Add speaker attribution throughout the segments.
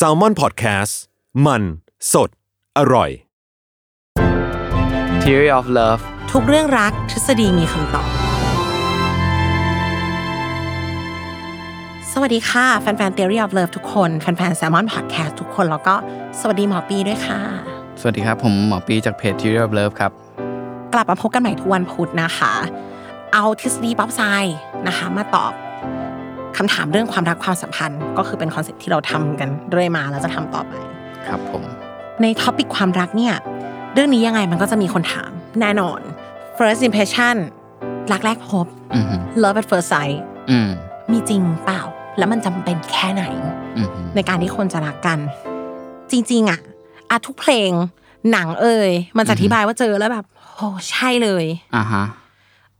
Speaker 1: s a l m o n PODCAST มันสดอร่อย
Speaker 2: Theory of Love
Speaker 3: ทุกเรื่องรักทฤษฎีมีคำตอบ สวัสดีค่ะ แฟนๆ Theory of Love ทุกคน แฟนๆ Salmon Podcast ทุกคน แล้วก็สวัสดีหมอปีด้วยค่ะ
Speaker 2: สวัสดีครับ ผมหมอปีจากเพจ Theory of Love ครับ
Speaker 3: กลับมาพบกันใหม่ทุกวันพุธนะคะ เอาทฤษฎีป๊อปไซน์นะคะ มาตอบคำถามเรื่องความรักความสัมพันธ์ ก็คือเป็นคอนเซ็ปต์ที่เราทำกันเรื่อยมาแล้วจะทำต่อไป
Speaker 2: ครับผม
Speaker 3: ในท็อปิกความรักเนี่ยเรื่องนี้ยังไงมันก็จะมีคนถามแน่นอน first impression รักแรกพบ
Speaker 2: อืม
Speaker 3: love at first sight
Speaker 2: อืม
Speaker 3: มีจริงเปล่า แล้วมันจำเป็นแค่ไหน
Speaker 2: อืม
Speaker 3: ในการที่คนจะรักกัน จริง ๆอะอะทุกเพลง หนังเอ่ยมันจะอธิบายว่าเจอแล้วแบบโอ้ใช่เลย
Speaker 2: อ่าฮะ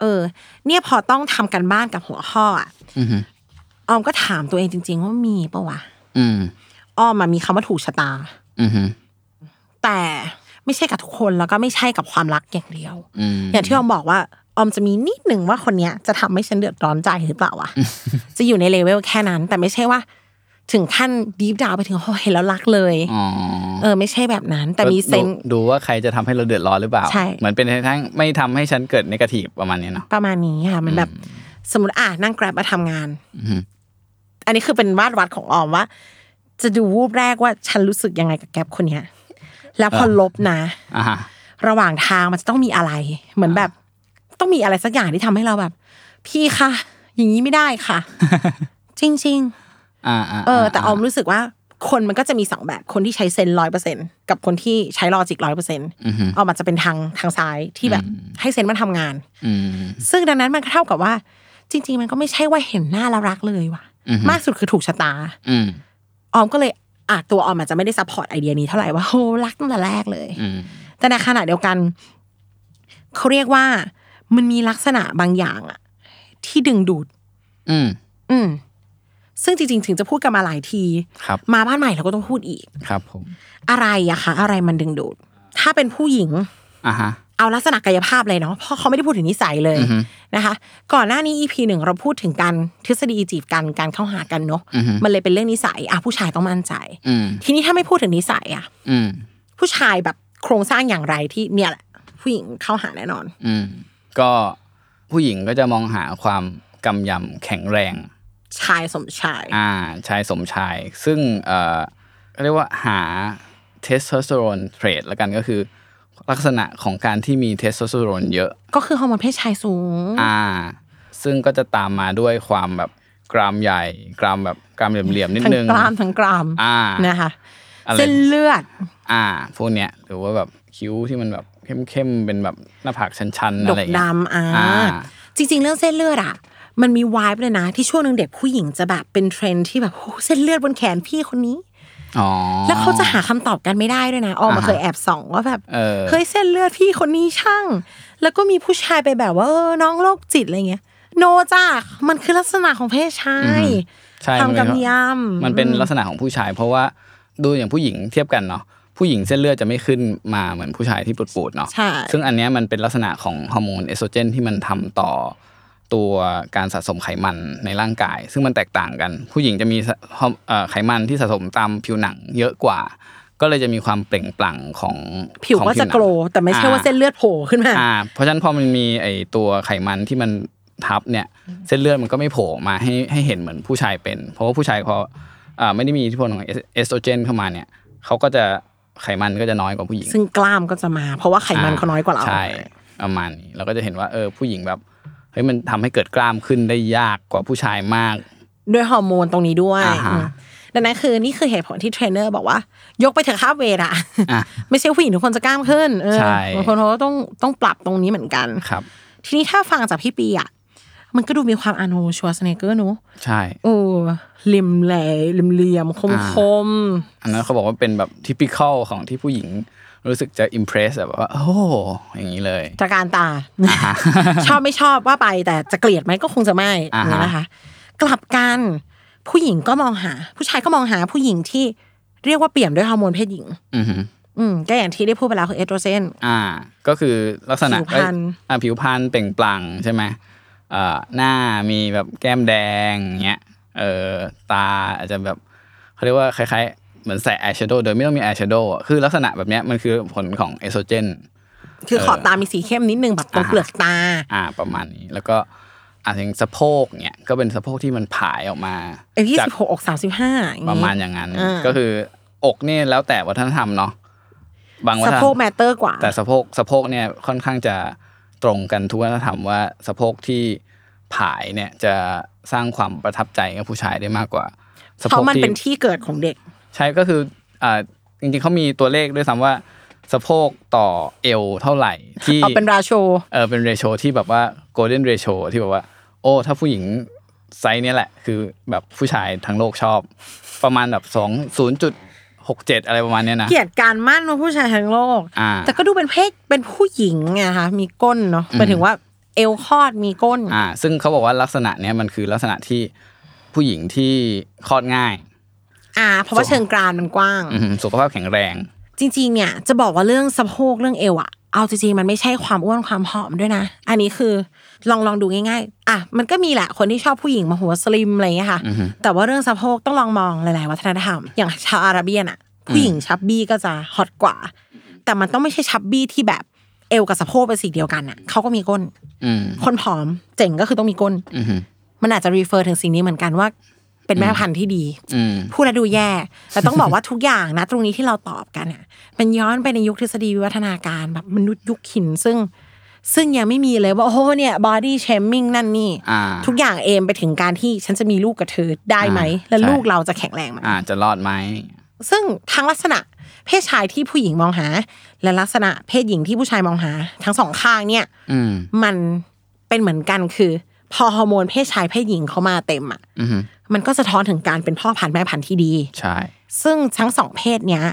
Speaker 3: เออ เนี่ยพอต้องทำกันบ้านกับหัวข้ออะ
Speaker 2: อืม
Speaker 3: ออมก็ถามตัวเองจริง ๆ ว่ามีปะวะ
Speaker 2: อืม
Speaker 3: อ้อมมามีคำว่าถูกชะตา
Speaker 2: อืมอืม
Speaker 3: แต่ไม่ใช่กับทุกคนแล้วก็ไม่ใช่กับความรักอย่างเดียว
Speaker 2: อืม
Speaker 3: อย่างที่ออมบอกว่าออมจะมีนิดหนึ่งว่าคนเนี้ยจะทำให้ฉันเดือดร้อนใจหรือเปล่าวะ จะอยู่ในเลเวลแค่นั้น แต่ไม่ใช่ว่า ถึงขั้นดีฟดาวไปถึงโอ้ยแล้วรักเลย
Speaker 2: อ๋อ
Speaker 3: เออ ไม่ใช่แบบนั้น แต่มีเซน
Speaker 2: ก็ดูดูว่าใครจะทำให้เราเดือดร้อนหรือเปล่า
Speaker 3: ใช่
Speaker 2: เหมือนเป็นทั้งไม่ทำให้ฉันเกิดนกาทีฟประมาณเนี้ยเนาะ
Speaker 3: ประมาณนี้ค่ะ มันแบบสมมติอ่ะนั่ง grab มาทำงาน
Speaker 2: อืม
Speaker 3: อันนี้คือเป็นวาดวัดของออมว่า จะดูวูบแรกว่าฉันรู้สึกยังไงกับแกร็บคนเนี้ยแล้วพอลบนะ
Speaker 2: อ่าฮะ
Speaker 3: ระหว่างทางมันจะต้องมีอะไร เหมือนแบบ ต้องมีอะไรสักอย่างที่ทำให้เราแบบ พี่คะอย่างนี้ไม่ได้ค่ะ จริง ๆ
Speaker 2: อ่าอ่า
Speaker 3: เออแต่ออมรู้สึกว่าคนมันก็จะมีสองแบบคนที่ใช้เซนร้อยเปอร์เซ็นกับคนที่ใช้ลอจิกร้อยเปอร์เซ็นต์
Speaker 2: อืมอืม
Speaker 3: ออมอาจจะเป็นทางทางซ้ายที่แบบให้เซนมันทำงาน
Speaker 2: อืม
Speaker 3: ซึ่งดังนั้นมันก็เท่ากับว่า จริง ๆ มันก็ไม่ใช่ว่าเห็นหน้าแล้วรักเลยว่ะ
Speaker 2: อือฮึ
Speaker 3: มากสุดคือถูกชะตา
Speaker 2: อืม
Speaker 3: ออมก็เลยอาจตัวออมอาจจะไม่ได้ซัพพอร์ตไอเดียนี้เท่าไหร่ว่าโหรักตั้งแต่แรกเลย
Speaker 2: อืม
Speaker 3: แต่ในขณะเดียวกันเขาเรียกว่ามันมีลักษณะบางอย่างอะที่ดึงดูด
Speaker 2: อืม
Speaker 3: อืม ซึ่งจริง ๆ ถึงจะพูดกันมาหลายที
Speaker 2: ครับ
Speaker 3: มาบ้านใหม่เราก็ต้องพูดอีก
Speaker 2: ครับผม
Speaker 3: อะไรอะคะอะไรมันดึงดูด ถ้าเป็นผู้หญิง
Speaker 2: อ่าฮะ
Speaker 3: เอาลักษณะกายภาพเลยเนาะเพราะเขาไม่ได้พูดถึงนิสัยเลย
Speaker 2: อือฮึ
Speaker 3: นะคะ ก่อนหน้านี้ EP หนึ่งเราพูดถึงการทฤษฎีจีบกันการเข้าหากันเนาะ
Speaker 2: อืม
Speaker 3: มันเลยเป็นเรื่องนิสัยอ่ะผู้ชายต้องมั่นใจ
Speaker 2: อืม
Speaker 3: ทีนี้ถ้าไม่พูดถึงนิสัยอะ
Speaker 2: อืม
Speaker 3: ผู้ชายแบบโครงสร้างอย่างไรที่เนี่ยแหละผู้หญิงเข้าหาแน่นอน
Speaker 2: อืมก็ผู้หญิงก็จะมองหาความกำยำแข็งแรง
Speaker 3: ชายสมชาย
Speaker 2: อ่าชายสมชาย ซึ่งเอ่อเรียกว่าหาเทสโทสเตอโรนเทรดละกันก็คือ ลักษณะของการที่มีเทสโทสเตอโรนเยอะ
Speaker 3: ก็คือฮอร์โมนเพศชายสูง
Speaker 2: อ่า ซึ่งก็จะตามมาด้วยความแบบกรามใหญ่ กรามแบบกรามเหลี่ยมๆนิด
Speaker 3: ทั้ง
Speaker 2: นึง
Speaker 3: กล้ามทั้งกราม
Speaker 2: อ่า
Speaker 3: นะคะ
Speaker 2: อะไร
Speaker 3: เส้นเลือด
Speaker 2: อ่าพวกเนี้ยหรือว่าแบบคิ้วที่มันแบบเข้มๆเป็นแบบหน้าผากชันๆ
Speaker 3: ด
Speaker 2: อะไร
Speaker 3: ก
Speaker 2: อย่างเงี้ย
Speaker 3: ดำอ่า
Speaker 2: อ่า
Speaker 3: จริง ๆ เรื่องเส้นเลือดอ่ะ มันมีวายเลยนะ ที่ช่วงหนึ่งเด็กผู้หญิงจะแบบเป็นเทรนด์ที่แบบโอ้เส้นเลือดบนแขนพี่คนนี้
Speaker 2: อ๋อ
Speaker 3: แล้วเขาจะหาคำตอบกันไม่ได้ด้วยนะออมมา
Speaker 2: อ่าฮะ
Speaker 3: เคยแอบส่องว่าแบบ
Speaker 2: เออ
Speaker 3: เฮ้ยเส้นเลือดพี่คนนี้ช่าง แล้วก็มีผู้ชายไปแบบว่าเออน้องโรคจิตอะไรเงี้ย โนจ้ามันคือลักษณะของเพศชาย
Speaker 2: ใช่มัน
Speaker 3: ทำ
Speaker 2: เป็
Speaker 3: กัน บยำ
Speaker 2: มันเป็นลักษณะของผู้ชาย เพราะว่าดูอย่างผู้หญิงเทียบกันเนาะผู้หญิงเส้นเลือดจะไม่ขึ้นมาเหมือนผู้ชายที่ปูดๆเนาะ
Speaker 3: ใช่
Speaker 2: ซึ่งอันเนี้ยมันเป็นลักษณะของฮอร์โมนเอสโตรเจนที่มันทำต่อตัวการสะสมไขมันในร่างกาย ซึ่งมันแตกต่างกัน ผู้หญิงจะมีสะฮอร์เอ่อไขมันที่สะสมตามผิวหนังเยอะกว่า ก็เลยจะมีความเปล่งปลั่งของ
Speaker 3: ผิว
Speaker 2: ของ
Speaker 3: ก็จะ
Speaker 2: หนัง
Speaker 3: โกรธแต่ไม่ใช่ว่าเส้นเลือดโผล่ขึ้นมา
Speaker 2: อ่าเพราะฉะนั้นพอมันมีไอตัวไขมันที่มันทับเนี่ย เส้นเลือดมันก็ไม่โผล่มาให้ให้เห็นเหมือนผู้ชายเป็น เพราะว่าผู้ชายพออ่าไม่ได้มีอิทธิพลของเอสโตรเจนเข้ามาเนี่ยเขาก็จะไขมันก็จะน้อยกว่าผู้หญิง
Speaker 3: ซึ่งกล้ามก็จะมา เพราะว่าไขมันเขาน้อยกว่าเรา
Speaker 2: ใช่ประมาณนี้เราก็จะเห็นว่าเออผู้หญิงแบบเฮ้ยมันทำให้เกิดกล้ามขึ้นได้ยากกว่าผู้ชายมาก
Speaker 3: ด้วยฮอร์โมนตรงนี้ด้วย
Speaker 2: อ่าฮะ
Speaker 3: อืมดังนั้นคือนี่คือเหตุผลที่เทรนเนอร์บอกว่า ยกไปเถอะค่าเวทอะ
Speaker 2: อ่ะ
Speaker 3: ไม่ใช่ผู้หญิงทุกคนจะกล้ามขึ้นเออ
Speaker 2: ใช่
Speaker 3: บางคนเขาก็ต้องต้องปรับตรงนี้เหมือนกัน
Speaker 2: ครับ
Speaker 3: ทีนี้ถ้าฟังจากพี่ปีอะ มันก็ดูมีความอานูชัวสเนเกอร์เนอะ
Speaker 2: ใช่
Speaker 3: โอ้เหลิมแหลมเหลี่ยมๆคม
Speaker 2: อ่
Speaker 3: คม
Speaker 2: อันนั้นเขาบอกว่าเป็นแบบทิปิคอลของที่ผู้หญิงรู้สึกจะอิมเพรสแบบว่า โอ้โหอย่างนี้เลย
Speaker 3: ๆตระการตา ชอบไม่ชอบว่าไปแต่จะเกลียดไหมก็คงจะไม่
Speaker 2: อ่าฮะ
Speaker 3: นี่นะคะ กลับกันผู้หญิงก็มองหา ผู้ชายก็มองหาผู้หญิงที่เรียกว่าเปี่ยมด้วยฮอร์โมนเพศหญิง
Speaker 2: อือหือ
Speaker 3: อืมก็อย่างที่ได้พูดไปแล้วคือเอสโตรเจน
Speaker 2: อ่าก็คือลักษณะ
Speaker 3: ผิวพรรณ
Speaker 2: เอ้ยอ่าผิวพรรณเปล่งปลั่งใช่ไหมเอ่อหน้ามีแบบแก้มแดงเงี้ยเออตาอาจจะแบบเขาเรียกว่าคล้ายๆ เหมือนใส่อายแชโดว์โดยไม่ต้องมีอายแชโดว์อะคือลักษณะแบบเนี้ยมันคือผลของเอสโตรเจน
Speaker 3: คือขอบตามีสีเข้มนิดนึงแบบตร
Speaker 2: อ่า
Speaker 3: ง
Speaker 2: ฮะ
Speaker 3: เปลือกตา
Speaker 2: อ่าประมาณนี้ แล้วก็อาจจะอย่างสะโพกเนี้ยก็เป็นสะโพกที่มันผายออกมา
Speaker 3: เอ้ยยี่
Speaker 2: จาก
Speaker 3: สิบหกอกสามสิบห้าอย่าง
Speaker 2: ป
Speaker 3: งี้
Speaker 2: ระมาณอย่างนั้น
Speaker 3: อ่า
Speaker 2: ก็คืออกเนี่ยแล้วแต่วัฒนธรรมเนาะบางวัฒ
Speaker 3: สะ
Speaker 2: นธรรม
Speaker 3: โพกแมตเตอร์กว่า
Speaker 2: แต่สะโพกสะโพกเนี่ยค่อนข้างจะตรงกันทุกวัฒนธรรมว่าสะโพกที่ผายเนี่ยจะสร้างความประทับใจกับผู้ชายได้มากกว่าสะ
Speaker 3: เพ
Speaker 2: โพก
Speaker 3: ราะมัน
Speaker 2: ที่
Speaker 3: เป็นที่เกิดของเด็ก
Speaker 2: ใช่ก็คืออ่าจริงๆเขามีตัวเลขด้วยซ้ำว่าสะโพกต่อเอวเท่าไหร่ที่
Speaker 3: เอาเป็นราโช
Speaker 2: เออเป็นเรโชที่แบบว่าโกลเด้นเรโชที่แบบว่า โอ้ถ้าผู้หญิงไซส์เนี่ยแหละ คือแบบผู้ชายทั้งโลกชอบ ประมาณแบบสองศูนย์จุดหกเจ็ดอะไรประมาณเนี้ยนะ
Speaker 3: เกลียดการมั่นว่าผู้ชายทั้งโลก
Speaker 2: อ่า
Speaker 3: แต่ก็ดูเป็นเพศเป็นผู้หญิงไงคะมีก้นเนาะหมายถึงว่าเอวคลอดมีก้น
Speaker 2: อ่าซึ่งเขาบอกว่าลักษณะเนี้ยมันคือลักษณะที่ผู้หญิงที่คลอดง่าย
Speaker 3: อ่า เพราะว่าเชิงกรานมันกว้าง
Speaker 2: อืมสุขภาพแข็งแรง
Speaker 3: จริงๆ เนี่ย จะบอกว่าเรื่องสะโพกเรื่องเอวอะเอาจริงๆ มันไม่ใช่ความอ้วนความผอมด้วยนะ อันนี้คือลองลองดูง่ายๆ อ่ะ มันก็มีแหละคนที่ชอบผู้หญิงมาหัวสลิมอะไรอย่างเงี้ยค่ะ แต่ว่าเรื่องสะโพกต้องลองมองหลาย ๆ วัฒนธรรม อย่างชาวอาระเบียนอะผู้หญิงชับบี้ก็จะฮอตกว่า แต่มันต้องไม่ใช่ชับบี้ที่แบบเอวกับสะโพกเป็นสีเดียวกันอะเขาก็มีก้น
Speaker 2: อืม
Speaker 3: คนผอมเจ๋งก็คือต้องมีก้น
Speaker 2: อืม
Speaker 3: มันอาจจะรีเฟอร์ถึงสิ่งนี้เหมือนกันว่า เป็นแม่พันธุ์ที่ดี
Speaker 2: อืม
Speaker 3: พูดแล้วดูแย่ แต่ต้องบอกว่าทุกอย่างนะ ตรงนี้ที่เราตอบกันอ่ะมันย้อนไปในยุคทฤษฎีวิวัฒนาการแบบมนุษย์ยุคหินซึ่ง ซึ่งยังไม่มีเลยว่า โอ้โหเนี่ยบอดี้เชมมิ่งนั่นนี่
Speaker 2: อ่า
Speaker 3: ทุกอย่างเอมไปถึงการที่ฉันจะมีลูกกับเธอได้ไหม
Speaker 2: อ่า
Speaker 3: และ
Speaker 2: ใช่
Speaker 3: ลูกเราจะแข็งแรงไหม
Speaker 2: อ่าจะรอดไหม
Speaker 3: ซึ่งทั้งลักษณะเพศชายที่ผู้หญิงมองหา และลักษณะเพศหญิงที่ผู้ชายมองหา ทั้งสองข้างเนี่ย
Speaker 2: อืม
Speaker 3: มันเป็นเหมือนกันคือ พอฮอร์โมนเพศชายเพศหญิงเขามาเต็มอ่ะ
Speaker 2: อืม
Speaker 3: มันก็สะท้อนถึงการเป็นพ่อพันธุ์แม่พันธุ์ที่ดี
Speaker 2: ใช่
Speaker 3: ซึ่งทั้งสองเพศเนี้ย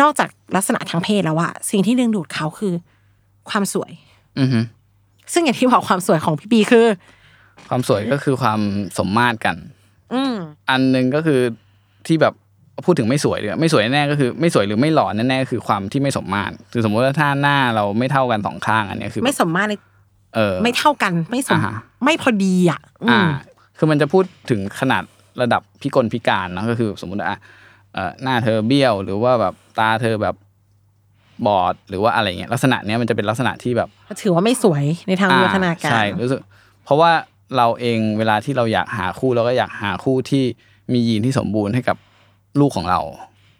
Speaker 3: นอกจากลักษณะทางเพศแล้วอะสิ่งที่ดึงดูดเขาคือ ความสวย
Speaker 2: อืม
Speaker 3: ซึ่งอย่างที่บอกความสวยของพี่ปีคือ
Speaker 2: ความสวยก็คือความสมมาตรกัน
Speaker 3: อืม
Speaker 2: อันหนึ่งก็คือที่แบบพูดถึงไม่สวยเลยไม่สวยแน่ๆก็คือไม่สวยหรือไม่หล่อแน่ๆก็คือความที่ไม่สมมาตรคือสมมติว่าถ้าหน้าเราไม่เท่ากันสองข้างอันเนี้ยคือ
Speaker 3: ไม่สมมาตรใน
Speaker 2: เออ
Speaker 3: ไม่เท่ากันไม่สม
Speaker 2: อ่าฮะ
Speaker 3: ไม่พอดีอะอื
Speaker 2: อ่าม คือมันจะพูดถึงขนาดระดับพิกลพิการเนอะก็คือสมมติว่าอ่ะเอ่อหน้าเธอเบี้ยว หรือว่าแบบตาเธอแบบบอดหรือว่าอะไรเงี้ยลักษณะเนี้ยมันจะเป็นลักษณะที่แบบ
Speaker 3: ถือว่าไม่สวยในทางวิวัฒนาการ
Speaker 2: ใช่รู้สึกเพราะว่าเราเองเวลาที่เราอยากหาคู่เราก็อยากหาคู่ที่มียีนที่สมบูรณ์ให้กับลูกของเรา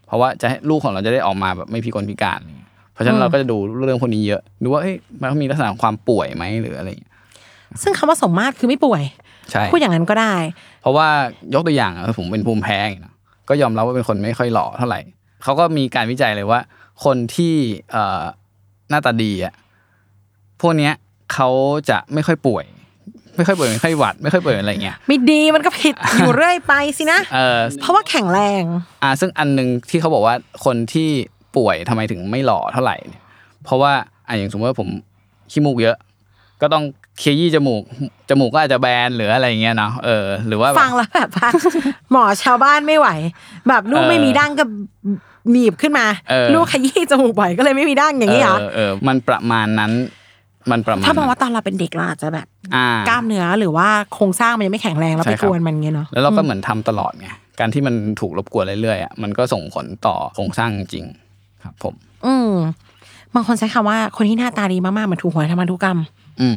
Speaker 2: เพราะว่าจะให้ลูกของเราจะได้ออกมาแบบไม่พิกลพิการอะไรเงี้ยเพราะฉะนั้นเราก็จะดูเรื่องพวกนี้เยอะดูว่าเอ้ยมันมีลักษณะของความป่วยไหมหรืออะไรเงี้ย
Speaker 3: ซึ่งคำว่าสมมาตรคือไม่ป่วย
Speaker 2: ใช่
Speaker 3: พูดอย่างนั้นก็ได้
Speaker 2: เพราะว่ายกตัวอย่างอะผมเป็นภูมิแพ้อย่างเงี้ยเนอะก็ยอมรับว่าเป็นคนไม่ค่อยหล่อเท่าไหร่เขาก็มีการวิจัยเลยว่า คนที่เอ่อหน้าตาดีอ่ะพวกเนี้ยเขาจะไม่ค่อยป่วย ไม่ค่อยป่วยไม่ค่อยหวัด ไม่ค่อยป่วยอะไรเงี้ย
Speaker 3: ไม่ดีมันก็ผิด อยู่เรื่อยไปสินะ
Speaker 2: เออ
Speaker 3: เพราะว่าแข็งแรง
Speaker 2: อ่าซึ่งอันหนึ่งที่เขาบอกว่าคนที่ป่วยทำไมถึงไม่หล่อเท่าไหร่เนี่ยเพราะว่าอ่ะอย่างสมมติว่าผมขี้มูกเยอะ ก็ต้องเคยี่จมูกจมูกก็อาจจะแบนหรืออะไรเงี้ยเนาะเออหรือว่าแบบ
Speaker 3: ฟังแล้วแบบว่า หมอชาวบ้านไม่ไหว แบบลูก
Speaker 2: เออ
Speaker 3: ไม่มีดั้งก็หนีบขึ้นมา
Speaker 2: เออ
Speaker 3: ลูกขยี้จมูกบ่อยก็เลยไม่มีดั้งอย่างนี้เหรอ
Speaker 2: เออเออมันประมาณนั้น มันประมาณ
Speaker 3: ถ้ามอง
Speaker 2: นั้น
Speaker 3: ว่าตอนเราเป็นเด็กเราอาจจะแบบ
Speaker 2: อ่าก
Speaker 3: ล้ามเนื้อหรือว่าโครงสร้างมันยังไม่แข็งแรงเราไปกวนมันเงี้ยเนาะ
Speaker 2: แล้วเราก็เหมือนทำตลอดไง การที่มันถูกรบกวนเรื่อยๆอ่ะมันก็ส่งผลต่อโครงสร้างจริงๆครับ ผม
Speaker 3: อืมบางคนใช้คำว่าคนที่หน้าตาดีมากๆเหมันถูกหวยทำมาทุกกรรม
Speaker 2: อืม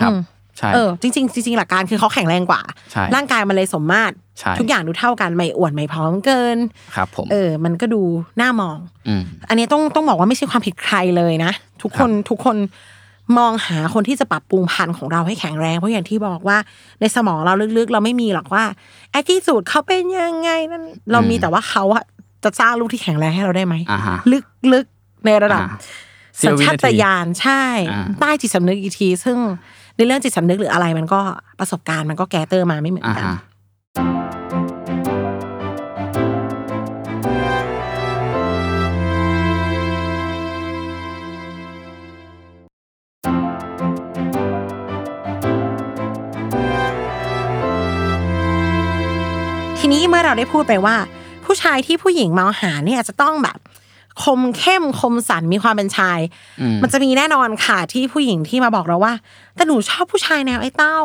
Speaker 2: ครับ
Speaker 3: อืม
Speaker 2: ใช่
Speaker 3: เออจริงๆจริงๆหลักการคือเขาแข็งแรงกว่า
Speaker 2: ใช่
Speaker 3: ร่างกายมันเลยสมมาตร
Speaker 2: ใช่
Speaker 3: ทุกอย่างดูเท่ากันไม่อ้วนไม่พร้อมเกิน
Speaker 2: ครับ ผม
Speaker 3: เออ มันก็ดูน่ามอง
Speaker 2: อืม
Speaker 3: อันนี้ต้องต้องบอกว่าไม่ใช่ความผิดใครเลยนะ ทุกคนทุกคนมองหาคนที่จะปรับปรุงพันธุ์ของเราให้แข็งแรง เพราะอย่างที่บอกว่าในสมองเราลึกๆ เราไม่มีหรอกว่าไอ้ที่สูตรเขาเป็นยังไงนั่นเรามีแต่ว่าเขาอะจะสร้างลูกที่แข็งแรงให้เราได้ไหม
Speaker 2: อ่าฮะ
Speaker 3: ลึกๆในระดับ
Speaker 2: อ่า
Speaker 3: สัญชาตญาณใช่
Speaker 2: อ่า
Speaker 3: ใต้จิตสำนึกอีกที ซึ่ง ในเรื่องจิตสำนึกหรืออะไรมันก็ประสบการณ์มันก็แกเตอร์มาไม่เหมือน
Speaker 2: อ่า
Speaker 3: กัน
Speaker 2: ฮะ
Speaker 3: ทีนี้เมื่อเราได้พูดไปว่า ผู้ชายที่ผู้หญิงมองหาเนี่ยจะต้องแบบ คมเข้มคมสันมีความเป็นชาย
Speaker 2: อืม
Speaker 3: มันจะมีแน่นอนค่ะที่ผู้หญิงที่มาบอกเราว่า แต่หนูชอบผู้ชายแนวไอ้เต้า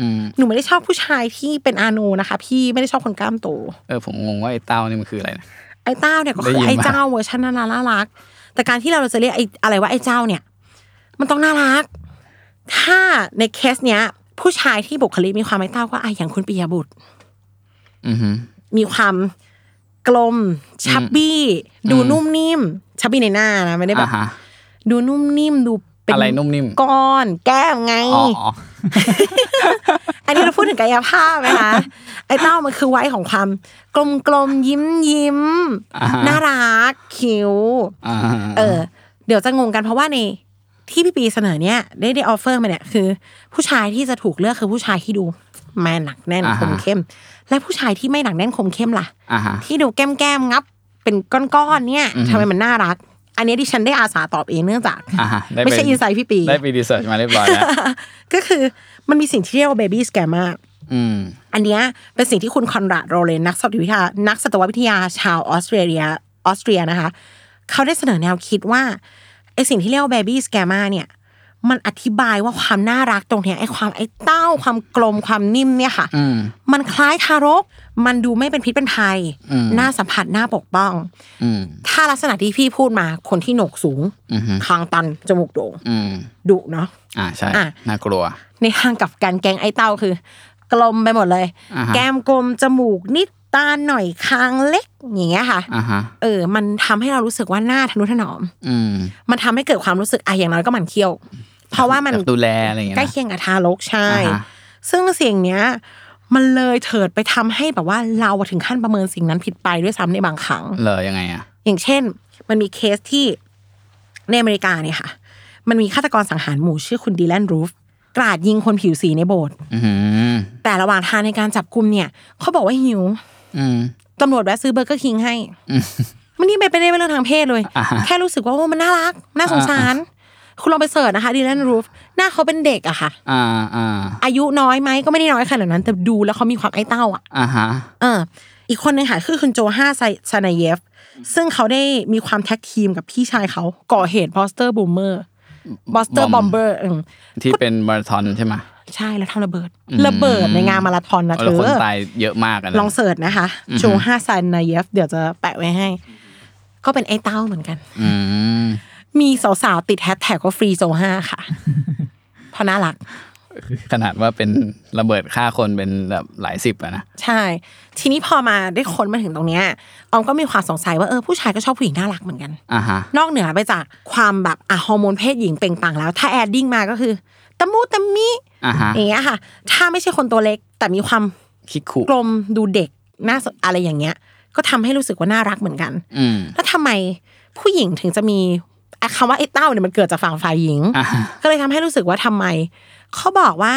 Speaker 2: อืม
Speaker 3: หนูไม่ได้ชอบผู้ชายที่เป็นอาโนนะคะ พี่ไม่ได้ชอบคนกล้ามโต
Speaker 2: เออผมงงว่าไอ้เต้านี่มันคืออะไรนะ
Speaker 3: ไอ้เต้าเนี่ยก็คื
Speaker 2: ได้
Speaker 3: อ
Speaker 2: ยินมา
Speaker 3: ไอ้เจ้าเวอร์ชันน่าน่ารัก แต่การที่เราจะเรียกไอ้อะไรว่าไอ้เจ้าเนี่ย มันต้องน่ารัก ถ้าในเคสเนี้ย ผู้ชายที่บุคลิกมีความไอ้เต้าก็อ่ะอย่างคุณปิยบุตร
Speaker 2: อือฮึ
Speaker 3: มีความกลมชับบี้ ดูนุ่มนิ่ม ชับบี้ในหน้านะไม่ได้แบบ
Speaker 2: อ่าฮะ
Speaker 3: ดูนุ่มนิ่มดูเป็น
Speaker 2: อะไรนุ่มนิ่ม
Speaker 3: ก้อนแก้มไง
Speaker 2: อ๋ออ๋อ
Speaker 3: อันนี้เราพูดถึงกายภาพ นะคะ ไอ้เต้ามันคือไว้ของความกลมกลมๆยิ้มยิ้ม
Speaker 2: อ่าฮะ
Speaker 3: น่ารักคิ้ว
Speaker 2: อ่าฮะ
Speaker 3: เออ เดี๋ยวจะงงกันเพราะว่าในที่พี่ปีเสนอเนี่ยได้ได้ออฟเฟอร์มาเนี่ยคือ ผู้ชายที่จะถูกเลือกคือผู้ชายที่ดูแม่นหนักแน่นคมเข้ม และผู้ชายที่ไม่หนักแน่นคมเข้มล่ะ
Speaker 2: อ่าฮะ
Speaker 3: ที่ดูแก้มแก้มๆงับ เป็นก้อนๆเนี่ย
Speaker 2: อือฮึ
Speaker 3: ทำไมมันน่ารัก อันนี้ดิฉันได้อาสาตอบเองเนื่องจาก
Speaker 2: อ่าฮะด้ป
Speaker 3: ไม่ใช่อินไซต์พี่ปี
Speaker 2: ได้ไปดีเสิร์ชมาเรียบร้อยแล้ว
Speaker 3: ก็คือมันมีสิ่งที่เรียกว่าเบบี้สแกมมา
Speaker 2: อืม
Speaker 3: อันเนี้ยเป็นสิ่งที่คุณคอนราดโรเลนนักสัตววิทยานักสัตววิทยาชาวออสเตรเลียออสเตรียนะคะ เขาได้เสนอแนวคิดว่าไอสิ่งที่เรียกว่าเบบี้สแกมมาเนี่ย มันอธิบายว่าความน่ารักตรงเนี้ยไอความไอเต้าความกลมความนิ่มเนี่ยค่ะ
Speaker 2: อืม
Speaker 3: มันคล้ายทารก มันดูไม่เป็นพิษเป็นภัย
Speaker 2: อืม
Speaker 3: น่าสัมผัสน่าปกป้อง
Speaker 2: อืม
Speaker 3: ถ้าลักษณะที่พี่พูดมาคนที่โหนกสูง
Speaker 2: อือฮึ
Speaker 3: คางตัน จมูกโด่ง
Speaker 2: อืม
Speaker 3: ดุเนาะ
Speaker 2: อ่าใช่
Speaker 3: อ่ะ
Speaker 2: น่ากลัว
Speaker 3: ในทางกลับการแกงไอ้เต้าคือ กลมไปหมดเลย
Speaker 2: อ่าฮะ
Speaker 3: แก้มกลม จมูกนิดตาหน่อยคางเล็ก อย่างเงี้ยค่ะ
Speaker 2: อ่าฮะ
Speaker 3: เออ มันทำให้เรารู้สึกว่าหน้าทะนุถนอม
Speaker 2: อืม
Speaker 3: มันทำให้เกิดความรู้สึกอะอย่างน้อยก็หมันเคี้ยว เพราะว่ามัน
Speaker 2: แบบดูแลอะไรอย่างเงี้ย
Speaker 3: ใกล้
Speaker 2: นะ
Speaker 3: เคียงกับทารกใช่
Speaker 2: อ่าฮะ
Speaker 3: ซึ่งสิ่งเนี้ย มันเลยเถิดไปทำให้แบบว่าเราถึงขั้นประเมินสิ่งนั้นผิดไปด้วยซ้ำในบางครั้ง
Speaker 2: เหรอยังไงอ่ะ
Speaker 3: อย่างเช่น มันมีเคสที่ในอเมริกาเนี่ยค่ะ มันมีฆาตกรสังหารหมู่ชื่อคุณดีแลนรูฟกราดยิงคนผิวสีในโบสถ์
Speaker 2: อือหือ
Speaker 3: แต่ระหว่างทางในการจับกลุ่มเนี่ย เขาบอกว่าหิว
Speaker 2: อืม
Speaker 3: ตำรวจแวะซื้อเบอร์เกอร์คิงให้
Speaker 2: อืม
Speaker 3: มันนี่ไม่เป็นเรื่องทางเพศเลย
Speaker 2: อ่าฮะ
Speaker 3: แค่รู้สึกว่าโอ้มันน่ารัก น่าสงสาร คุณลองไปเสิร์ชนะคะดีแลนรูฟหน้าเขาเป็นเด็กอะค่ะ
Speaker 2: อ่าอ่า
Speaker 3: อายุน้อยไหมก็ไม่ได้น้อยขนาดนั้น แต่ดูแล้วเขามีความไอ้เต้าอะ
Speaker 2: อ่าฮะ
Speaker 3: เอออีกคนหนึ่งค่ะคือคุณโจห้าไซซานายเยฟ ซึ่งเขาได้มีความแท็กทีมกับพี่ชายเขาก่อเหตุบอสเตอร์บูมเมอร์บอสเตอร์บอมเบอร์
Speaker 2: ที่เป็นมาราธอนใช่ไหม
Speaker 3: ใช่แล้วทำระเบิด
Speaker 2: อืม
Speaker 3: ระเบิดในงานมาราธอนนะเธ
Speaker 2: แล้ว
Speaker 3: อ
Speaker 2: คนตายเยอะมากอ่ะนะ
Speaker 3: ลองเสิร์ชนะคะ โจห้าไซานายเยฟ เดี๋ยวจะแปะไว้ให้ ก็เป็นไอ้เต้าเหมือนกัน
Speaker 2: อืม
Speaker 3: มีสาวๆ ติดแฮชแท็กว่าฟรีโจห้า ค่ะ เพราะน่ารัก
Speaker 2: ขนาดว่าเป็นระเบิดฆ่าคนเป็นแบบหลายสิบอะนะ
Speaker 3: ใช่ ทีนี้พอมาได้ค้นมาถึงตรงเนี้ยออมก็มีความสงสัยว่าเออผู้ชายก็ชอบผู้หญิงน่ารักเหมือนกัน
Speaker 2: อ่าฮะ
Speaker 3: นอกเหนือไปจากความแบบอ่ะฮอร์โมนเพศหญิงเปล่งปลั่งแล้ว ถ้าแอดดิ้งมาก็คือตะมูตะมิ
Speaker 2: อ่าฮะ
Speaker 3: อย่างเงี้ยค่ะ ถ้าไม่ใช่คนตัวเล็ก แต่มีความ
Speaker 2: คิกคุ
Speaker 3: กลมดูเด็กน่าสนอะไรอย่างเงี้ย ก็ทำให้รู้สึกว่าน่ารักเหมือนกัน
Speaker 2: อืม
Speaker 3: แล้วทำไมผู้หญิงถึงจะมีอ่ะคำว่าไอ้เต้าเนี่ยมันเกิดจากฝั่งฝ่ายหญิง
Speaker 2: อ่าฮะ
Speaker 3: ก็เลยทำให้รู้สึกว่าทำไม เขาบอกว่า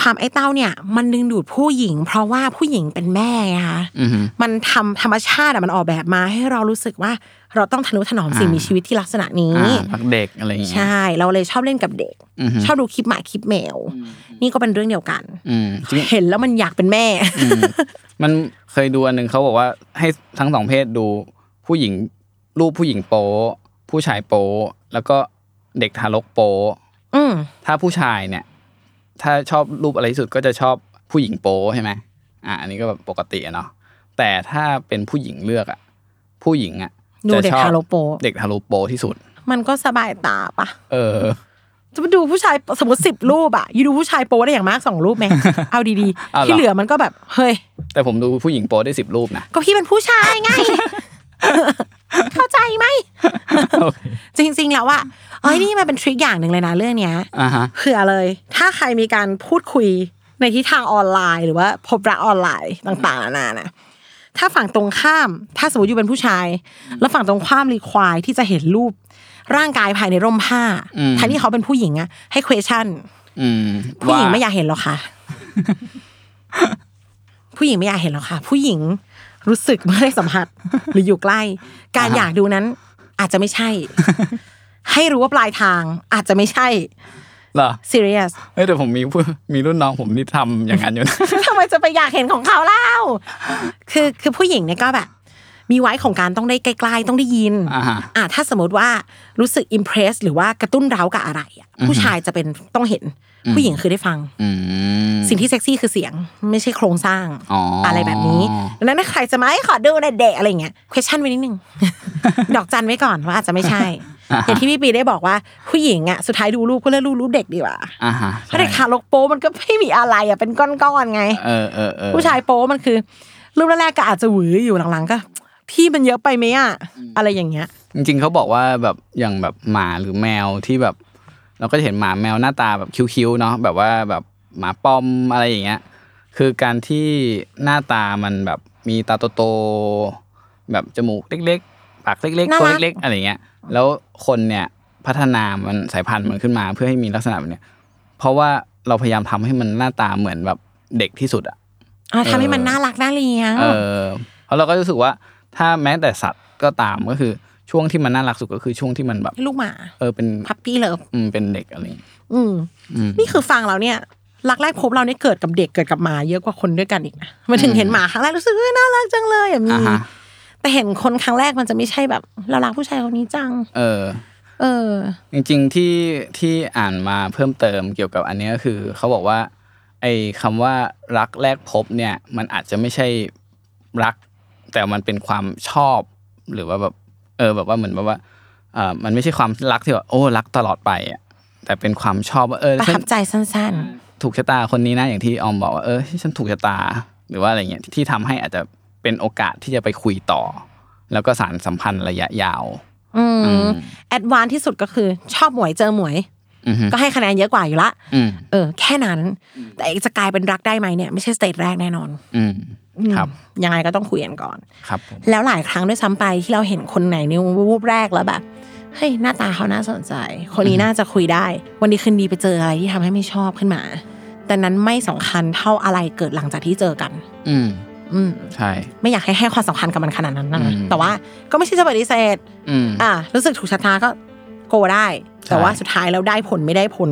Speaker 3: ความไอ้เต้าเนี่ย มันดึงดูดผู้หญิง เพราะว่าผู้หญิงเป็นแม่ไงคะ
Speaker 2: อือหือ
Speaker 3: มันทำธรรมชาติอะมันออกแบบมาให้เรารู้สึกว่าเราต้องทนุถนอม
Speaker 2: อ่า
Speaker 3: สิ่งมีชีวิตที่ลักษณะนี้
Speaker 2: อ่าพักเด็กอะไรอย่างเงี้ย
Speaker 3: ใช่ เราเลยชอบเล่นกับเด็ก
Speaker 2: อือหือ
Speaker 3: ชอบดูคลิปหมาคลิปแมว นี่ก็เป็นเรื่องเดียวกัน
Speaker 2: อืมจริง
Speaker 3: เห็นแล้วมันอยากเป็นแม่
Speaker 2: อืมมันเคยดูอันหนึ่งเขาบอกว่าให้ทั้งสองเพศดูผู้หญิงรูปผู้หญิงโป๊ผู้ชายโป๊แล้วก็เด็กทารกโป๊
Speaker 3: อืม
Speaker 2: ถ้าผู้ชายเนี่ย ถ้าชอบรูปอะไรที่สุดก็จะชอบผู้หญิงโป๊ใช่ไหมอ่ะอันนี้ก็แบบปกติอะเนาะแต่ถ้าเป็นผู้หญิงเลือกอะผู้หญิงอะ
Speaker 3: ดู
Speaker 2: จะ
Speaker 3: เด็ก
Speaker 2: ชอบ
Speaker 3: ทารกโปะ
Speaker 2: เด็กทารกโป๊ที่สุด
Speaker 3: มันก็สบายตาปะ
Speaker 2: เออ
Speaker 3: จะไปดูผู้ชายสมมติสิบรูปอะอยูดูผู้ชายโปได้อย่างมากสองรูปไห ม เอาดี
Speaker 2: เอา
Speaker 3: ๆ
Speaker 2: เหรอ
Speaker 3: ที่เหลือมันก็แบบ เฮ้ย
Speaker 2: แต่ผมดูผู้หญิงโป๊ได้สิบรูปนะ
Speaker 3: ก็พี่เป็นผู้ชายไง เข้าใจไหม
Speaker 2: โอเค
Speaker 3: จริง ๆ แล้วว่าเอ้ยนี่มันเป็นทริคอย่างหนึ่งเลยนะเรื่องเนี้ย
Speaker 2: อ่าฮะ
Speaker 3: เผื่อเลย ถ้าใครมีการพูดคุยในทิศทางออนไลน์ หรือว่าพบรักออนไลน์ต่างๆนานานะ ถ้าฝั่งตรงข้าม ถ้าสมมติอยู่เป็นผู้ชาย แล้วฝั่งตรงข้ามรีควายที่จะเห็นรูป ร่างกายภายในร่มผ้า
Speaker 2: อืม
Speaker 3: ทั้งที่เขาเป็นผู้หญิงอะให้ question
Speaker 2: อืม
Speaker 3: ผู้หญิง
Speaker 2: ว่
Speaker 3: ไม่อยากเห็นหรอกค่ะ ผู้หญิงไม่อยากเห็นหรอกค่ะ ผู้หญิงรู้สึกเมื่อได้สัมผั ส หรืออยู่ใกล้ การอยากดูนั้น อาจจะไม่ ใช่ ให้รู้ว่าปลายทาง อาจจะไม่ใช่
Speaker 2: เหรอ
Speaker 3: serious
Speaker 2: เอ้ยแต่ผมมีเพื่อนมีรุ่นน้องผมที่ทำอย่างนั้นอยู่นะ
Speaker 3: ทำไมจะไปอยากเห็นของเขาเล่า คือคือผู้หญิงเนี่ยก็แบบ มีไว้ของการต้องได้ใกล้ๆต้องได้ยิน
Speaker 2: อ่าฮะ
Speaker 3: อ่ะถ้าสมมติว่ารู้สึกอิมเพรสหรือว่ากระตุ้นเร้ากับอะไรอ่ะผู้ชายจะเป็นต้องเห็น ผู้หญิงคือได้ฟัง
Speaker 2: อืม
Speaker 3: สิ่งที่เซ็กซี่คือเสียงไม่ใช่โครงสร้าง
Speaker 2: อ๋ออ
Speaker 3: ไรแบบนี้ดังนั้นถ้าใครจะมาให้ขอดูหนะเดะอะไรอย่างเงี้ย question ไว้นิดนึง ดอกจันไว้ก่อนว่าอาจจะไม่ใช่ อย่างที่พี่ปีได้บอกว่าผู้หญิงอ่ะสุดท้ายดูรูปก็เลือกดูรูปเด็กดีกว่า
Speaker 2: อ่าฮะ
Speaker 3: เพราะเด็กคาลกโป้มันก็ไม่มีอะไรอ่ะเป็นก้อนๆไง
Speaker 2: เออเออเออ
Speaker 3: ผู้ชายโป้มันคือรูปแรกๆก็อาจจะหวืออยู่หลังๆก็ พี่มันเยอะไปไหมอ่ะอะไรอย่างเงี้ย
Speaker 2: จริงๆเขาบอกว่าแบบอย่างแบบหมาหรือแมวที่แบบ เราก็จะเห็นหมาแมวหน้าตาแบบคิ้วๆเนาะแบบว่าแบบหมาปอมอะไรอย่างเงี้ย คือการที่หน้าตามันแบบมีตาโตๆแบบจมูกเล็กๆปากเล็กๆ
Speaker 3: น่า
Speaker 2: ตัว
Speaker 3: รัก
Speaker 2: เล็กๆอะไรอย่างเงี้ย แล้วคนเนี่ยพัฒนามันสายพันธุ์มันขึ้นมาเพื่อให้มีลักษณะแบบเนี้ยเพราะว่าเราพยายามทำให้มันหน้าตาเหมือนแบบเด็กที่สุดอะ
Speaker 3: อ่ะทำให้มันน่ารักน่าเลี้ยง
Speaker 2: เออเพราะเราก็รู้สึกว่าถ้าแม้แต่สัตว์ก็ตามก็คือช่วงที่มันน่ารักสุดก็คือช่วงที่มันแบบ
Speaker 3: ลูกหมา
Speaker 2: เออเป็น
Speaker 3: พับปี้เลิฟ
Speaker 2: อืมเป็นเด็กอะไรอย่างเงี้ย
Speaker 3: อืม
Speaker 2: อืม
Speaker 3: นี่คือฟังเราเนี่ยรักแรกพบเราเนี่ยเกิดกับเด็กเกิดกับหมาเยอะกว่าคนด้วยกันอีกนะมาถึงเห็นหมาครั้งแรกรู้สึกเอ้ยน่ารักจังเลยอ่ะมี
Speaker 2: อ่ะฮะ
Speaker 3: แต่เห็นคนครั้งแรกมันจะไม่ใช่แบบ เรารักผู้ชายคนนี้จัง
Speaker 2: เออ
Speaker 3: เออ
Speaker 2: จริงๆที่ที่อ่านมาเพิ่มเติมเกี่ยวกับอันเนี้ยก็คือเขาบอกว่า ไอ้คำว่ารักแรกพบเนี่ย มันอาจจะไม่ใช่รัก แต่มันเป็นความชอบหรือว่าแบบเออแบบว่าเหมือนแบบว่าเออมันไม่ใช่ความรักที่แบบโอ้รักตลอดไปอ่ะแต่เป็นความชอบว่าเออ
Speaker 3: ประ
Speaker 2: ฉั
Speaker 3: ทั
Speaker 2: น
Speaker 3: บใจสั้น
Speaker 2: ถูกชะตาคนนี้นะอย่างที่ออมบอกว่าเออฉันถูกชะตาหรือว่าอะไรเงี้ยที่ทำให้อาจจะเป็นโอกาสที่จะไปคุยต่อ แล้วก็สารสัมพันธ์ระยะยาว
Speaker 3: ๆ อื
Speaker 2: อื
Speaker 3: ม
Speaker 2: ม
Speaker 3: แอดวานซ์ที่สุดก็คือ ชอบหมวยเจอหมวย
Speaker 2: อือฮึ
Speaker 3: ก็ให้คะแนนเยอะกว่าอยู่ละ
Speaker 2: อืม
Speaker 3: เออ แค่นั้น แต่จะกลายเป็นรักได้ไหมเนี่ยไม่ใช่สเตจแรกแน่นอน
Speaker 2: อืม
Speaker 3: อืม
Speaker 2: ครับ
Speaker 3: ยังไงก็ต้องคุยกันก่อน
Speaker 2: ครับผม
Speaker 3: แล้วหลายครั้งด้วยซ้ำไปที่เราเห็นคนไหนในวูบแรกแล้วแบบเฮ้ยหน้าตาเขาน่าสนใจ คนนี้น่าจะคุยได้ วันนี้คืนดีไปเจออะไรที่ทำให้ไม่ชอบขึ้นมา แต่นั้นไม่สำคัญเท่าอะไรเกิดหลังจากที่เจอกัน
Speaker 2: อืม
Speaker 3: อืม
Speaker 2: ใช่
Speaker 3: ไม่อยากให้ให้ความสำคัญกับมันขนาดนั้นนะ
Speaker 2: อืม
Speaker 3: แต่ว่าก็ไม่ใช่จะปฏิเสธ
Speaker 2: อืม
Speaker 3: อ่ะรู้สึกถูกชะตาก็โกได้ แต่
Speaker 2: ใช่
Speaker 3: ว่าสุดท้ายแล้วได้ผลไม่ได้ผล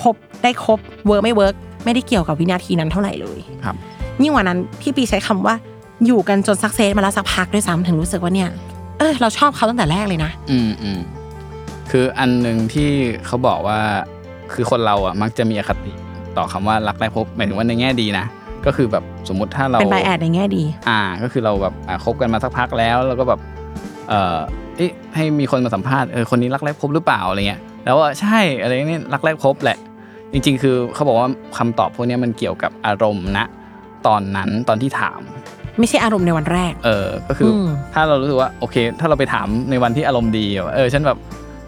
Speaker 3: ครบได้ครบเวิร์กไม่เวิร์กไม่ได้เกี่ยวกับวินาทีนั้นเท่าไหร่เลย
Speaker 2: ครับ
Speaker 3: ยิ่งกว่านั้นพี่ปีใช้คำว่าอยู่กันจนสักเซสมาแล้วสักพักด้วยซ้ำถึงรู้สึกว่าเนี่ย เออเราชอบเขาตั้งแต่แรกเลยนะ
Speaker 2: อืมอืมคืออันหนึ่งที่เขาบอกว่าคือคนเราอ่ะมักจะมีอคติต่อคำว่ารักแรกพบหมายถึงว่าในแง่ดีนะก็คือแบบสมมติถ้าเรา
Speaker 3: เป็นไบแอดในแง่ดี
Speaker 2: อ่าก็คือเราแบบอ่าคบกันมาสักพักแล้วแล้วก็แบบเอ่อเอ๊ะให้มีคนมาสัมภาษณ์เออคนนี้รักแรกพบหรือเปล่าอะไรเงี้ยแล้วว่าใช่อะไรเนี่ยรักแรกพบแหละ จริง ๆ คือเขาบอกว่าคำตอบพวกเนี้ยมันเกี่ยวกับอารมณ์นะตอนนั้นตอนที่ถาม
Speaker 3: ไม่ใช่อารมณ์ในวันแรก
Speaker 2: เออก็คืออ
Speaker 3: ม
Speaker 2: ถ้าเรารู้สึกว่าโอเค ถ้าเราไปถามในวันที่อารมณ์ดีว่าเออฉันแบบ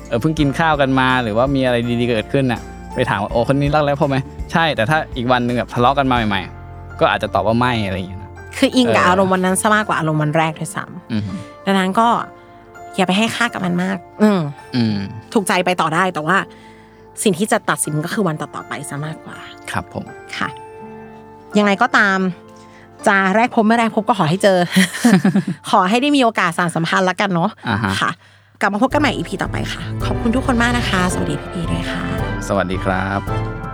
Speaker 2: เออเพิ่งกินข้าวกันมา หรือว่ามีอะไรดีๆเกิดขึ้นน่ะไปถามว่าโอ้คนนี้รักแรกพบไหมใช่แต่ถ้าอีกวันหนึ่งแบบทะเลาะกันมาใหม่ ๆ ก็อาจจะตอบว่าไม่อะไรอย่างเงี้ยนะ
Speaker 3: คืออิงกับ
Speaker 2: เอออ
Speaker 3: อารมณ์วันนั้นซะมากกว่าอารมณ์วันแรกด้วยซ้
Speaker 2: อืม
Speaker 3: ำดังนั้นก็อย่าไปให้ค่ากับมันมาก อืม
Speaker 2: อืม
Speaker 3: ถูกใจไปต่อได้แต่ว่า สิ่งที่จะตัดสินก็คือวันต่อๆไปซะมากกว่า
Speaker 2: ครับผม
Speaker 3: ค่ะ ยังไงก็ตาม จะแรกพบไม่แรกพบก็ขอให้เจอ ขอให้ได้มีโอกาสสานสัมพันธ์ละกันเนาะ
Speaker 2: อ่าฮะ
Speaker 3: ค่ะ กลับมาพบกันใหม่ EP ต่อไปค่ะ ขอบคุณทุกคนมากนะคะ สวัสดีพี่พีด้วยค่ะ
Speaker 2: สวัสดีครับ